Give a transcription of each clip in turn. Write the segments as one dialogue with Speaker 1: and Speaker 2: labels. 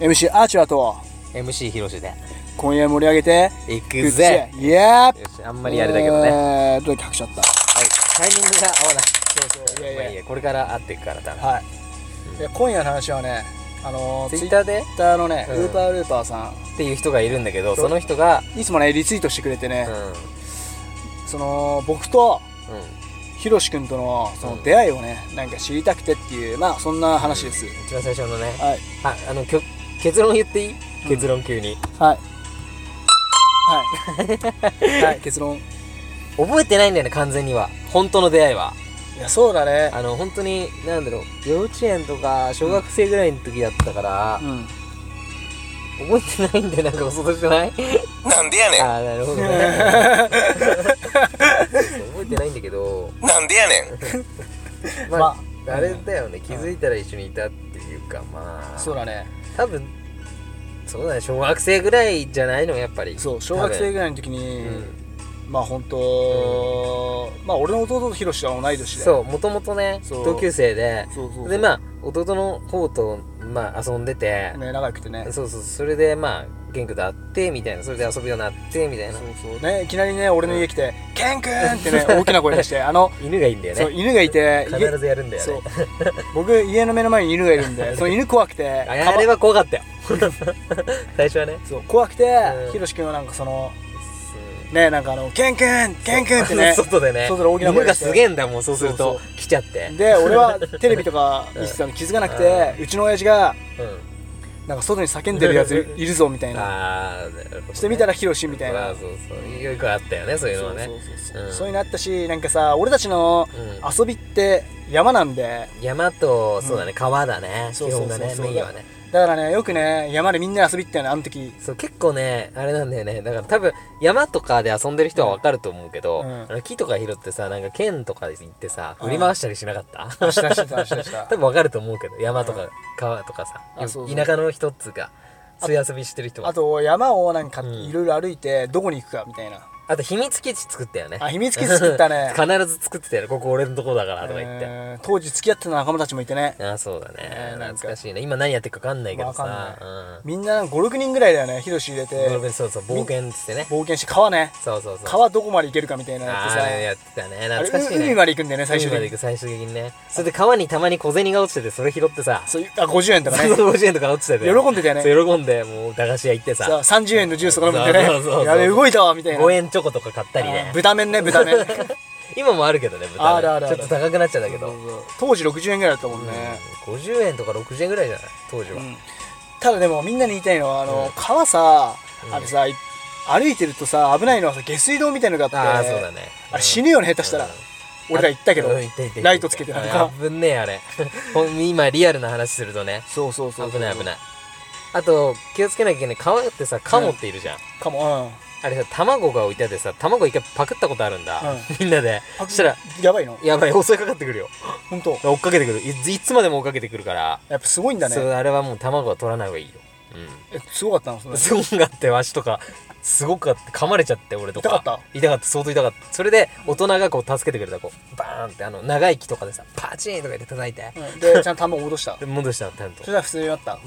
Speaker 1: MC アーチャーと
Speaker 2: MC 広しで
Speaker 1: 今夜盛り上げて
Speaker 2: 行
Speaker 1: い
Speaker 2: くぜ
Speaker 1: イエー
Speaker 2: よしあんまりあれだけどね、はい
Speaker 1: えー、どうやって拍手あった
Speaker 2: タイミングが合わない
Speaker 1: そうそうい
Speaker 2: まあいいやこれから合っていくから多分
Speaker 1: はい、で今夜の話はねあの
Speaker 2: ツイッ
Speaker 1: ー
Speaker 2: ターで
Speaker 1: Twitter のね、
Speaker 2: うん
Speaker 1: ウーパールーパーさ
Speaker 2: っていう人がいるんだけどその人が
Speaker 1: んいつもねリツイートしてくれて
Speaker 2: うん
Speaker 1: ね、その僕と
Speaker 2: うん
Speaker 1: ひろし君とのその
Speaker 2: うん
Speaker 1: 出会いをね、なんか知りたくてっていうまあそんな話です、
Speaker 2: 一番最初のね
Speaker 1: はい
Speaker 2: ああのきょ結論言っていい結論急に、
Speaker 1: はいはい はい結論
Speaker 2: 覚えてないんだよね完全には本当の出会いはい
Speaker 1: やそうだね
Speaker 2: あの本当になんだろう幼稚園とか小学生ぐらいの時だったから
Speaker 1: う、ん
Speaker 2: 覚えてないんだよなんか遅としてない
Speaker 3: なんでやねん
Speaker 2: ああなるほどね 覚えてないんだけど
Speaker 3: なんでやねん
Speaker 2: まあ、
Speaker 1: ま
Speaker 2: あれだよね気づいたら一緒にいたっていうかまあ
Speaker 1: そうだね
Speaker 2: 多分そうだね小学生ぐらいじゃないのやっぱり
Speaker 1: そう小学生ぐらいの時
Speaker 2: 多
Speaker 1: に、
Speaker 2: 分
Speaker 1: まあ本当、まあ俺の弟とひろしは同い年
Speaker 2: うん
Speaker 1: で
Speaker 2: そうもともとね
Speaker 1: そう
Speaker 2: 同級生で
Speaker 1: そうそうそう
Speaker 2: でまあ弟の方とまあ遊んでて、
Speaker 1: ね長くてね
Speaker 2: そうそうそれでまあ元気と会ってみたいなそれで遊ぶようになってみたいな
Speaker 1: そうそうねいきなりね俺の家来て「ケンくん!」ってね大きな声出してあの
Speaker 2: 犬がいいんだよ
Speaker 1: そう
Speaker 2: ね
Speaker 1: 犬がいて家
Speaker 2: 必ずやるんだよ
Speaker 1: そう
Speaker 2: ね
Speaker 1: 僕家の目の前に犬がいるん でその犬怖くて
Speaker 2: あ
Speaker 1: かば
Speaker 2: あれは怖 かったよ最初はね
Speaker 1: そう怖くて
Speaker 2: うん
Speaker 1: ひろしくんはなんかそのねなんかあの「ケンくんケンくん!」ってね
Speaker 2: 外でね
Speaker 1: 外で大きな声
Speaker 2: 犬
Speaker 1: 出
Speaker 2: が
Speaker 1: して
Speaker 2: すげえんだよもうそうする
Speaker 1: そ
Speaker 2: と
Speaker 1: う
Speaker 2: 来ちゃって
Speaker 1: で俺はテレビとか見てたの気づかなくてうちの親父が
Speaker 2: うん
Speaker 1: なんか外に叫んでるやついるぞみたいな
Speaker 2: ああなるほど
Speaker 1: してみたらひろしみたい
Speaker 2: ま
Speaker 1: な
Speaker 2: あそうそうよくあったよねそういうのはね
Speaker 1: そうそうそうそう
Speaker 2: うん
Speaker 1: そういうのあったしなんかさ俺たちの
Speaker 2: うん
Speaker 1: 遊びって山なんで
Speaker 2: 山とそうだね川だね基
Speaker 1: そうそうそう
Speaker 2: 本がね
Speaker 1: そう
Speaker 2: メインはね
Speaker 1: だからねよくね山でみんなで遊びってたのあの時
Speaker 2: そう結構ねあれなんだよねだから多分山とかで遊んでる人はわかると思うけど、
Speaker 1: うん
Speaker 2: あの木とか拾ってさなんか剣とかで行ってさ
Speaker 1: うん
Speaker 2: 振り回したりしなかった、
Speaker 1: 明日してた明日してた
Speaker 2: 多分わかると思うけど山と
Speaker 1: うん
Speaker 2: か川とかさ、
Speaker 1: あそうそう
Speaker 2: 田舎の人っつうかそういう遊びしてる人 は
Speaker 1: あと山をなんか
Speaker 2: うん
Speaker 1: いろいろ歩いてどこに行くかみたいな
Speaker 2: あと秘密基地作ったよね
Speaker 1: あ秘密基地作ったね
Speaker 2: 必ず作ってたよここ俺のとこだからとか言って、
Speaker 1: えー当時付き合ってた仲間たちもいてね
Speaker 2: あそうだね、
Speaker 1: えーなんか
Speaker 2: 懐かしいね今何やってるか分かんないけどさ、
Speaker 1: わかん
Speaker 2: うん
Speaker 1: みんな56人ぐらいだよねヒロシ入れて
Speaker 2: ゴルフそうそう冒険っつってね
Speaker 1: 冒険して川ね
Speaker 2: そうそうそう
Speaker 1: 川どこまで行けるかみたいなのや
Speaker 2: あ
Speaker 1: って
Speaker 2: あれ
Speaker 1: さ
Speaker 2: やってたね
Speaker 1: あ
Speaker 2: 懐かし
Speaker 1: れ
Speaker 2: いね
Speaker 1: 海まで行くんだよね最終
Speaker 2: 海まで
Speaker 1: 的
Speaker 2: 行
Speaker 1: に
Speaker 2: く最終的にねそれで川にたまに小銭が落ちててそれ拾ってさ
Speaker 1: そうあ50円とかね
Speaker 2: 150円とか落ちてて
Speaker 1: 喜んでたよね
Speaker 2: そう喜んでもう駄菓子屋行って
Speaker 1: さ
Speaker 2: さ
Speaker 1: 30円のジュースとか飲むんで
Speaker 2: そうそうそうそ
Speaker 1: ね
Speaker 2: う
Speaker 1: やべえ動いたわみたいな
Speaker 2: 5円チョコとか買ったり
Speaker 1: あ
Speaker 2: ね
Speaker 1: ー豚麺ね豚麺
Speaker 2: 今もあるけどね豚
Speaker 1: あるあるあ
Speaker 2: ちょ
Speaker 1: る
Speaker 2: っと高くなっちゃうんだけど
Speaker 1: 当時60円ぐらいだったもんね、
Speaker 2: うん50円とか60円ぐらいじゃない当時は
Speaker 1: うんただでもみんなに言いたいのはあの、
Speaker 2: うん
Speaker 1: 川さ
Speaker 2: うん
Speaker 1: あれさ、い歩いてるとさ危ないのはさ下水道みたいのがあって
Speaker 2: ああそうだね
Speaker 1: あれ死ぬよね下手したら、俺ら行ったけど、
Speaker 2: うん行った行った行った
Speaker 1: ライトつけてなんか
Speaker 2: うん危ねえあれ ほん今リアルな話するとね
Speaker 1: そうそうそう
Speaker 2: 危ない危ないいあと気をつけなきゃいけない川ってさカモっているじゃん
Speaker 1: かも
Speaker 2: あれさ卵が置いてあってさ卵一回パクったことあるんだ、
Speaker 1: う
Speaker 2: みんなで
Speaker 1: パク
Speaker 2: そしたら
Speaker 1: うんやばいの
Speaker 2: やばい襲いかかってくるよ
Speaker 1: 本当
Speaker 2: 追っかけてくるいいつまでも追っかけてくるから
Speaker 1: やっぱすごいんだ
Speaker 2: そう
Speaker 1: ね
Speaker 2: あれはもう卵は取らない方がいいよ、
Speaker 1: えすごかったのそ
Speaker 2: うん、
Speaker 1: れ
Speaker 2: すごかったよ足とかすごかった噛まれちゃって俺とか
Speaker 1: 痛かっ
Speaker 2: 痛かった相当痛かったそれで大人がこう助けてくれたこうバーンってあの長い木とかでさパチンとか言って叩いて、
Speaker 1: うんでちゃんと卵戻した
Speaker 2: で戻したのちゃんと
Speaker 1: そしたら普通にな った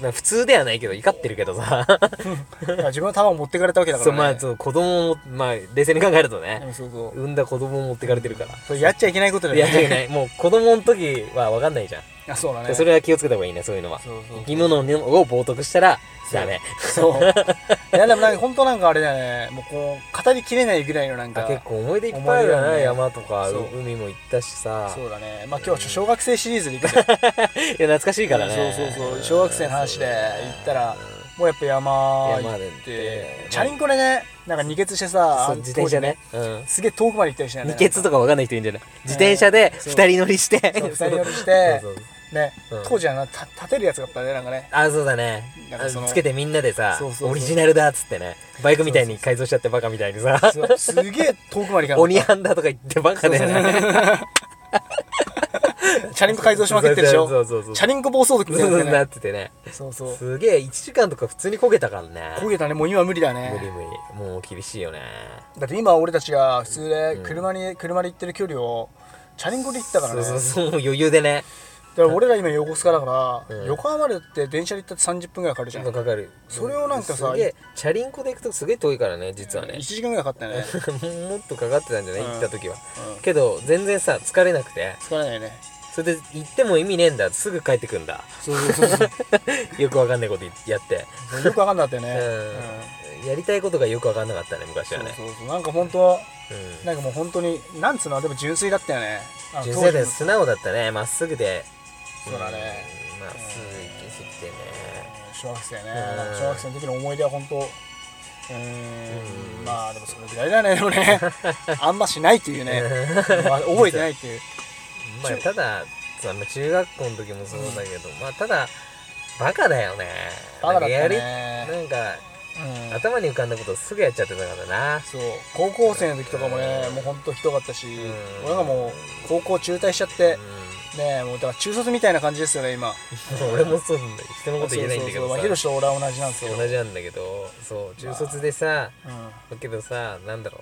Speaker 2: まあ普通ではないけど怒ってるけどさ
Speaker 1: いや自分の卵持ってかれたわけだか
Speaker 2: そうま
Speaker 1: ら、
Speaker 2: あ
Speaker 1: ね、
Speaker 2: そう子供をまあ冷静に考えると
Speaker 1: う
Speaker 2: ね、
Speaker 1: んそうそう
Speaker 2: 産んだ子供を持ってかれてるから、
Speaker 1: それやっちゃいけないことだ
Speaker 2: い
Speaker 1: よ
Speaker 2: やい
Speaker 1: ね
Speaker 2: やいやもう子供の時は分かんないじゃん、
Speaker 1: あそうだね
Speaker 2: でそれは気をつけた方がいいねそういうのは
Speaker 1: そうそう
Speaker 2: 生き物を冒涜したらダメ
Speaker 1: そういやでもなんか本当なんかあれだよねもうこう語りきれないぐらいのなん
Speaker 2: あ
Speaker 1: か
Speaker 2: 結構思い出いっぱいあるよ
Speaker 1: 思い
Speaker 2: ね
Speaker 1: 出あるね
Speaker 2: 山とか
Speaker 1: そう
Speaker 2: 海も行ったしさ
Speaker 1: そうだねまあ今日はちょっと小学生シリーズで行くね
Speaker 2: いや懐かしいからね
Speaker 1: そうそうそう小学生の話で行ったらもうやっぱ山行
Speaker 2: 山
Speaker 1: っ
Speaker 2: で行ってて
Speaker 1: チャリンコでねなんか二欠してさ
Speaker 2: そう自転車ねうん
Speaker 1: 当時すげえ遠くまで行ったりしたよね
Speaker 2: 二ケツとか分かんない人いるんじゃない自転車で
Speaker 1: そう
Speaker 2: 二人乗りして
Speaker 1: そう二人乗りし
Speaker 2: そう
Speaker 1: て
Speaker 2: そう
Speaker 1: ね
Speaker 2: うん
Speaker 1: 当時はなた立てるやつだったねなんかね
Speaker 2: あそうだね
Speaker 1: なんかその
Speaker 2: つけてみんなでさ
Speaker 1: そうそうそう
Speaker 2: オリジナルだっつってねバイクみたいに改造しちゃってバカみたいにさ
Speaker 1: そうすげえ遠くまで行かなかった
Speaker 2: オニハンだとか言ってバカだよね
Speaker 1: チャリンコ改造しまくってるでしょ
Speaker 2: そうそうそうそう
Speaker 1: チャリンコ暴走族みた
Speaker 2: そ
Speaker 1: いうな
Speaker 2: そ
Speaker 1: やつ
Speaker 2: うな
Speaker 1: ね
Speaker 2: っててね
Speaker 1: そうそう
Speaker 2: すげえ1時間とか普通に焦げたからね
Speaker 1: 焦げたねもう今無理だ
Speaker 2: 無理
Speaker 1: ね
Speaker 2: 無理もう厳しいよね
Speaker 1: だって今俺たちが普通で車に車で行ってる距離をチャリンコで行ったからね
Speaker 2: そうそうそうもう余裕でね
Speaker 1: ら俺ら今横須賀だから、
Speaker 2: うん
Speaker 1: 横浜までって電車で行ったって30分ぐらいかかるじゃん、
Speaker 2: 時間かかる
Speaker 1: それをなんかさ
Speaker 2: すげえチャリンコで行くとすげえ遠いからね実はね
Speaker 1: 1時間ぐらいかかったよね、
Speaker 2: もっとかかってたんじゃない
Speaker 1: うん
Speaker 2: 行った時は
Speaker 1: うん
Speaker 2: けど全然さ疲れなくて
Speaker 1: 疲れないね
Speaker 2: それで行っても意味ねえんだすぐ帰ってくんだ
Speaker 1: そうそうそう
Speaker 2: よくわかんないことやって
Speaker 1: よくわかんなかったよね、
Speaker 2: うんやりたいことがよくわかんなかったね昔は
Speaker 1: うん
Speaker 2: ね
Speaker 1: そうそうそうなんか本当
Speaker 2: うん
Speaker 1: なんかもう本当になんつうのでも純粋だったよねあの
Speaker 2: 純粋
Speaker 1: 当時
Speaker 2: で
Speaker 1: の
Speaker 2: 素直だったねまっすぐで
Speaker 1: そうだね
Speaker 2: うんまっすぐ行きすぎてね
Speaker 1: 小学生ね、
Speaker 2: うん
Speaker 1: なんか小学生の時の思い出は本当うーんまあでもそれぐらいだねでも ねあんましないっていうね、まあ覚えてないっていう
Speaker 2: まあただその中学校の時もそうだけどまあただバカだよね
Speaker 1: バカだっ
Speaker 2: な
Speaker 1: た
Speaker 2: んかや
Speaker 1: ね
Speaker 2: りなんか
Speaker 1: うん
Speaker 2: 頭に浮かんだことをすぐやっちゃってたからな
Speaker 1: そう高校生の時とかもねもう本当ひどかったし
Speaker 2: ん
Speaker 1: 俺がもう高校中退しちゃって
Speaker 2: う
Speaker 1: ねもうだから中卒みたいな感じですよね今
Speaker 2: ん俺もそうなんだよ人のこと言えないんだけ
Speaker 1: そうそうそうまあ
Speaker 2: ど
Speaker 1: ヒロ
Speaker 2: さ
Speaker 1: シと俺は同じなんですけど
Speaker 2: 同じなんだけどそう中卒でさ
Speaker 1: うん
Speaker 2: だけどさなんだろ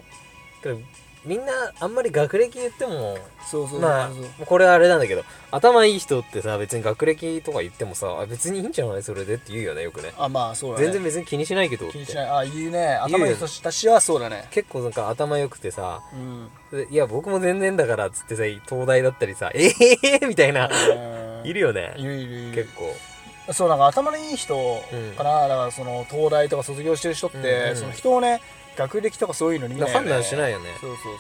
Speaker 2: うけどみんなあんまり学歴言っても
Speaker 1: そうそうそうそう、
Speaker 2: まあこれはあれなんだけど頭いい人ってさ別に学歴とか言ってもさあ別にいいんじゃないそれでって言うよねよくね
Speaker 1: あまあそうだね
Speaker 2: 全然別に気にしないけどって
Speaker 1: 気にしないあ言うね頭いい
Speaker 2: 言うよ
Speaker 1: 人たちはそうだね
Speaker 2: 結構なんか頭良くてさ
Speaker 1: うん
Speaker 2: でいや僕も全然だからっつってさ東大だったりさええ みたいな
Speaker 1: うん
Speaker 2: いるよね
Speaker 1: いるいるいる
Speaker 2: 結構
Speaker 1: そうなんか頭のいい人かな、だからその東大とか卒業してる人って、
Speaker 2: うんうん
Speaker 1: その人をね学歴とかそういうのに見ないよ
Speaker 2: 判
Speaker 1: ね
Speaker 2: 断しないよね
Speaker 1: そうそうそう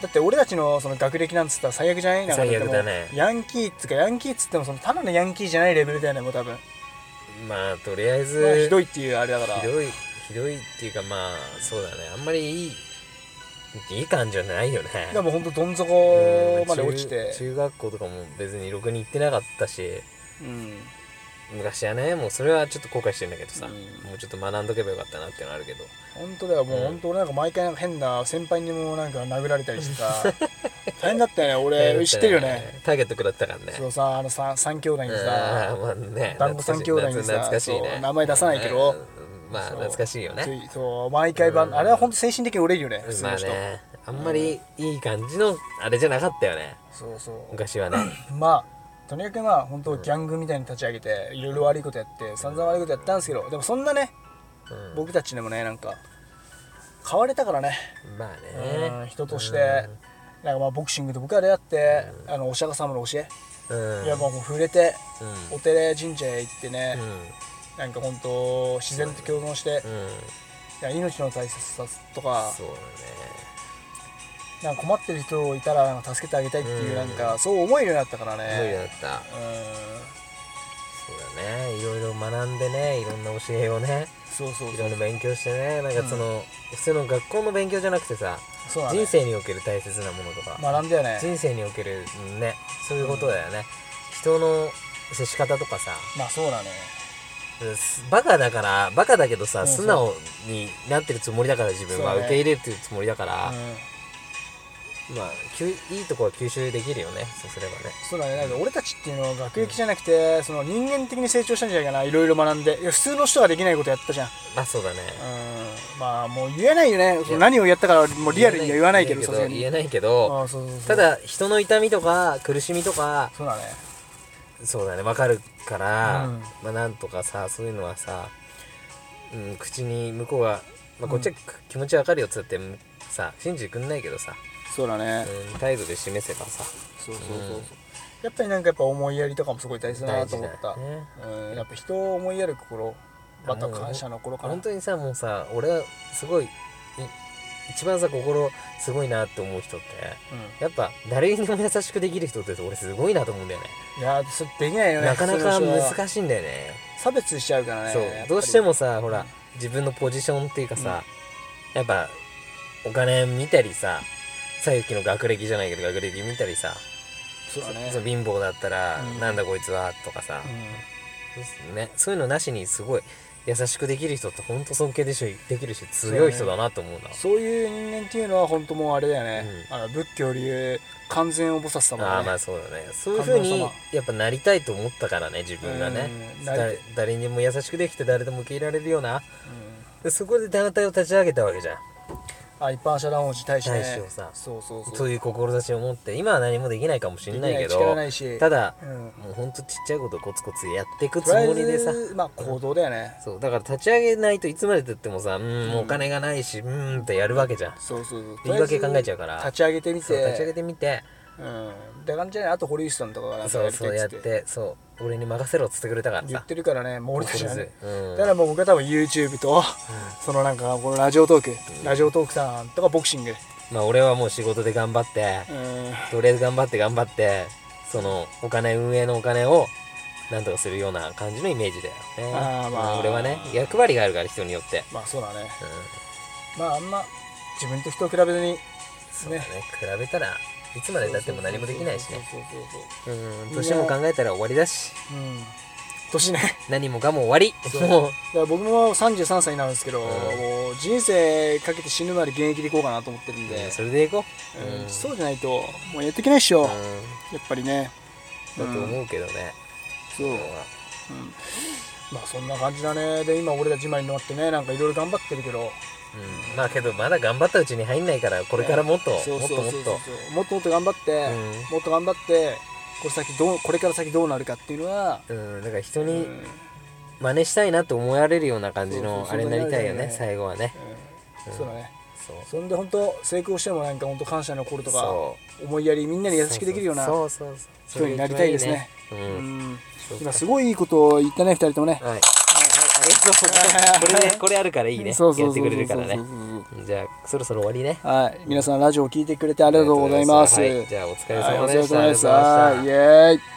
Speaker 1: だって俺たちのその学歴なんつったら最悪じゃないなんか
Speaker 2: 最悪だね
Speaker 1: でもヤンキーっつうかヤンキーっつってもそのただのヤンキーじゃないレベルだよねもう多分、
Speaker 2: まあとりあえず、
Speaker 1: まあひど
Speaker 2: い
Speaker 1: いっていうあれだから
Speaker 2: ひどいひどいっていうかまあそうだねあんまりいいいい感じじゃないよね
Speaker 1: でも本当どん
Speaker 2: う
Speaker 1: 底
Speaker 2: ん
Speaker 1: まで落ちて
Speaker 2: 中中学校とかも別にろくに行ってなかったし
Speaker 1: うん
Speaker 2: 昔はねもうそれはちょっと後悔してんだけどさ、
Speaker 1: うん
Speaker 2: もうちょっと学んどけばよかったなっていうのはあるけど
Speaker 1: 本当だよもう
Speaker 2: うん
Speaker 1: 本当俺なんか毎回なんか変な先輩にもなんか殴られたりして さ大変だったよね俺知ってるよね
Speaker 2: ターゲット食らったからね
Speaker 1: そうさあのさ三兄弟に
Speaker 2: あ
Speaker 1: さ
Speaker 2: ーまあね
Speaker 1: 団子三兄弟にさ
Speaker 2: 懐懐かしいね
Speaker 1: そう名前出さないけど
Speaker 2: うんまあ
Speaker 1: そう
Speaker 2: 懐かしいよね
Speaker 1: ついそう毎回ば
Speaker 2: うん
Speaker 1: あれは本当精神的に折れるよね普通
Speaker 2: ま
Speaker 1: の
Speaker 2: あ
Speaker 1: 人、
Speaker 2: ねあんまりいい感じのあれじゃなかったよね
Speaker 1: そうそう
Speaker 2: 昔はね
Speaker 1: まあとにかくまあ本当ギャングみたいに立ち上げていろいろ悪いことやって散々悪いことやったんですけどでもそんなね
Speaker 2: うん
Speaker 1: 僕たちでもねなんか変われたからね、
Speaker 2: まあ
Speaker 1: うん
Speaker 2: ね
Speaker 1: 人としてなんかまあボクシングと僕らでやって、あのお釈迦様の教え、
Speaker 2: うん
Speaker 1: いやもう触れて
Speaker 2: うん
Speaker 1: お寺神社へ行ってね、
Speaker 2: う
Speaker 1: なんか本当自然と共存して、
Speaker 2: んう
Speaker 1: い
Speaker 2: ん
Speaker 1: や命の大切さとか
Speaker 2: そう
Speaker 1: なんか困ってる人いたらなんか助けてあげたいっていう、
Speaker 2: うん
Speaker 1: なんかそう思えるようになったから
Speaker 2: だね無理だ
Speaker 1: ね
Speaker 2: った
Speaker 1: うん
Speaker 2: そうだねいろいろ学んでねいろんな教えをね
Speaker 1: そうそう
Speaker 2: い
Speaker 1: そ
Speaker 2: ろ
Speaker 1: う
Speaker 2: いろ勉強してねなんかその普通の学校の勉強じゃなくてさ
Speaker 1: そうだね
Speaker 2: 人生における大切なものとか
Speaker 1: 学んだよね
Speaker 2: 人生におけるねそういうことだよね、人の接し方とかさ
Speaker 1: まあそうだね
Speaker 2: すバカだからバカだけどさ、
Speaker 1: うん
Speaker 2: 素直になってるつもりだから自分は、
Speaker 1: そうね
Speaker 2: 受け入れてるつもりだか
Speaker 1: う
Speaker 2: ら、
Speaker 1: ん
Speaker 2: まあきゅいいとこは吸収できるよねそうすればね
Speaker 1: そうだねなんか俺たちっていうのは学歴じゃなくて、その人間的に成長したんじゃないかないろいろ学んでいや普通の人ができないことやったじゃん
Speaker 2: まあそうだね
Speaker 1: うんまあもう言えないよねその何をやったからもうリアルには言わないけどさすがに
Speaker 2: 言えないけど
Speaker 1: ああそうそうそう
Speaker 2: ただ人の痛みとか苦しみとか
Speaker 1: そうだね
Speaker 2: そうだねわかるから、
Speaker 1: うん
Speaker 2: まあなんとかさそういうのはさ、うん、口に向こうが、まあ、こっちは気持ちわかるよっつってもさ信じてくんないけどさ、
Speaker 1: そうだね、
Speaker 2: うん、態度で示せばさ
Speaker 1: そうそうそうそう、
Speaker 2: うん
Speaker 1: やっぱりなんかやっぱ思いやりとかもすごい大切だな
Speaker 2: 大
Speaker 1: と
Speaker 2: 事
Speaker 1: 思
Speaker 2: だ
Speaker 1: った、
Speaker 2: よね
Speaker 1: うんやっぱ人を思いやる心また感謝の心かな
Speaker 2: 本当にさもうさ俺はすごいい一番さ心すごいなって思う人って
Speaker 1: う
Speaker 2: やっぱ誰にでも優しくできる人って俺すごいなと思うんだよね
Speaker 1: んいやーそれできないよね
Speaker 2: なかなか
Speaker 1: 普通の人は
Speaker 2: 難しいんだよね
Speaker 1: 差別しちゃうからね
Speaker 2: そう
Speaker 1: やっぱり
Speaker 2: どうしてもさほら自分のポジションっていうかさ、やっぱお金見たりさ左右の学歴じゃないけど学歴見たりさ、
Speaker 1: そうだね
Speaker 2: そう貧乏だったら、
Speaker 1: うん
Speaker 2: なんだこいつはとかさ、ね、そういうのなしにすごい優しくできる人ってほんと尊敬でしできるし強い人だなと思うな
Speaker 1: うんそういう人間っていうのは本当もうあれだよね、あの仏教流完全お菩薩様だね
Speaker 2: ああまあそうだねそういうふう
Speaker 1: 観音
Speaker 2: に
Speaker 1: 様
Speaker 2: やっぱなりたいと思ったからね自分がね
Speaker 1: うんなりたい
Speaker 2: 誰誰にも優しくできて誰でも受け入れられるようなでそこで団体を立ち上げたわけじゃん
Speaker 1: あ一般社団法人大使ね
Speaker 2: 大使をさ
Speaker 1: そうそうそう
Speaker 2: という志を持って今は何もできないかもしれないけ
Speaker 1: できない力
Speaker 2: ど
Speaker 1: ないした
Speaker 2: だ
Speaker 1: うん
Speaker 2: もうほんとちっちゃいことをコツコツやっていくつ
Speaker 1: とりあ
Speaker 2: も
Speaker 1: え
Speaker 2: りでさ
Speaker 1: ずまあ行動だよね
Speaker 2: そうだから立ち上げないといつまでたってもさうーんもうお金がないしうーんってやるわけじゃん
Speaker 1: そうそうそう
Speaker 2: 言い訳考えちゃうから
Speaker 1: 立ち上げてみ
Speaker 2: そう
Speaker 1: て
Speaker 2: 立ち上げてみて
Speaker 1: うんって感じじゃないあと堀内さんとかがなんか
Speaker 2: そうそうや
Speaker 1: や
Speaker 2: っ
Speaker 1: りたいっつって
Speaker 2: てそう俺に任せろっつってくれたから
Speaker 1: 言っ
Speaker 2: さ
Speaker 1: てるからねもう俺たちはね
Speaker 2: うん
Speaker 1: だからもう僕は多分 YouTube とそのなんかこのラジオトークラジオトークさんとかボクシング
Speaker 2: まあ俺はもう仕事で頑張って
Speaker 1: うん
Speaker 2: とりあえず頑張って頑張ってそのお金運営のお金をなんとかするような感じのイメージだよね
Speaker 1: あーまあ
Speaker 2: うん俺はね役割があるから人によって、
Speaker 1: まあそうだね
Speaker 2: うん、
Speaker 1: まああんま自分と人を比べずに
Speaker 2: そうだね比べたらいつまでたっても何もできないしね
Speaker 1: そうそうそう
Speaker 2: うん年も考えたら終わりだし
Speaker 1: そううん年ね
Speaker 2: 何もかも終わり
Speaker 1: そう
Speaker 2: も う
Speaker 1: だから僕も33歳になるんですけど、
Speaker 2: うん
Speaker 1: もう人生かけて死ぬまで現役でいこうかなと思ってるんで、
Speaker 2: それでいこ
Speaker 1: うん
Speaker 2: うん
Speaker 1: そうじゃないともうやっていけないっしょ、
Speaker 2: う、
Speaker 1: や
Speaker 2: う
Speaker 1: っぱりね
Speaker 2: ん、だと
Speaker 1: うん
Speaker 2: 思うけどね、
Speaker 1: そう、うん
Speaker 2: 今日は
Speaker 1: まあそんな感じだねで今俺たち今になってねなんかいろいろ頑張ってるけど
Speaker 2: うん、まあけどまだ頑張ったうちに入んないからこれからもっと、
Speaker 1: そう
Speaker 2: もっ
Speaker 1: そうそう
Speaker 2: ともっと
Speaker 1: そうもっともっと頑張って、もっと頑張ってこれ先どうこれから先どうなるかっていうのは、
Speaker 2: うん、うん、だから人
Speaker 1: うん
Speaker 2: に真似したいなと思われるような感じ
Speaker 1: そう
Speaker 2: の
Speaker 1: そう
Speaker 2: あれになりたいよ
Speaker 1: そうなりたいよ
Speaker 2: ね
Speaker 1: ね
Speaker 2: 最後はね
Speaker 1: うんそうだね
Speaker 2: そう
Speaker 1: そんで本当成功してもなんか本当感謝の心とか
Speaker 2: そ
Speaker 1: 思いやりみん
Speaker 2: う
Speaker 1: なに優しくできるような
Speaker 2: そうそうそう
Speaker 1: 人になりたいですね。
Speaker 2: それが一番いいねうん
Speaker 1: うん
Speaker 2: そうか
Speaker 1: 今すごいいいことを言ったね二人ともね。
Speaker 2: はい、はいはい、ありがとうございますこれねこれあるからいいね
Speaker 1: そうそうそうそう
Speaker 2: やってくれるからね
Speaker 1: そうそうそう
Speaker 2: じゃあそろそろ終わりね
Speaker 1: そうはい皆さんラジオ聞いてくれてありがとうございます。
Speaker 2: ありがとうございますはいじゃあお
Speaker 1: はい
Speaker 2: 疲れ様
Speaker 1: お疲
Speaker 2: で
Speaker 1: れ
Speaker 2: した、
Speaker 1: 様
Speaker 2: ありがとう
Speaker 1: でした。
Speaker 2: ございました
Speaker 1: イエーイ。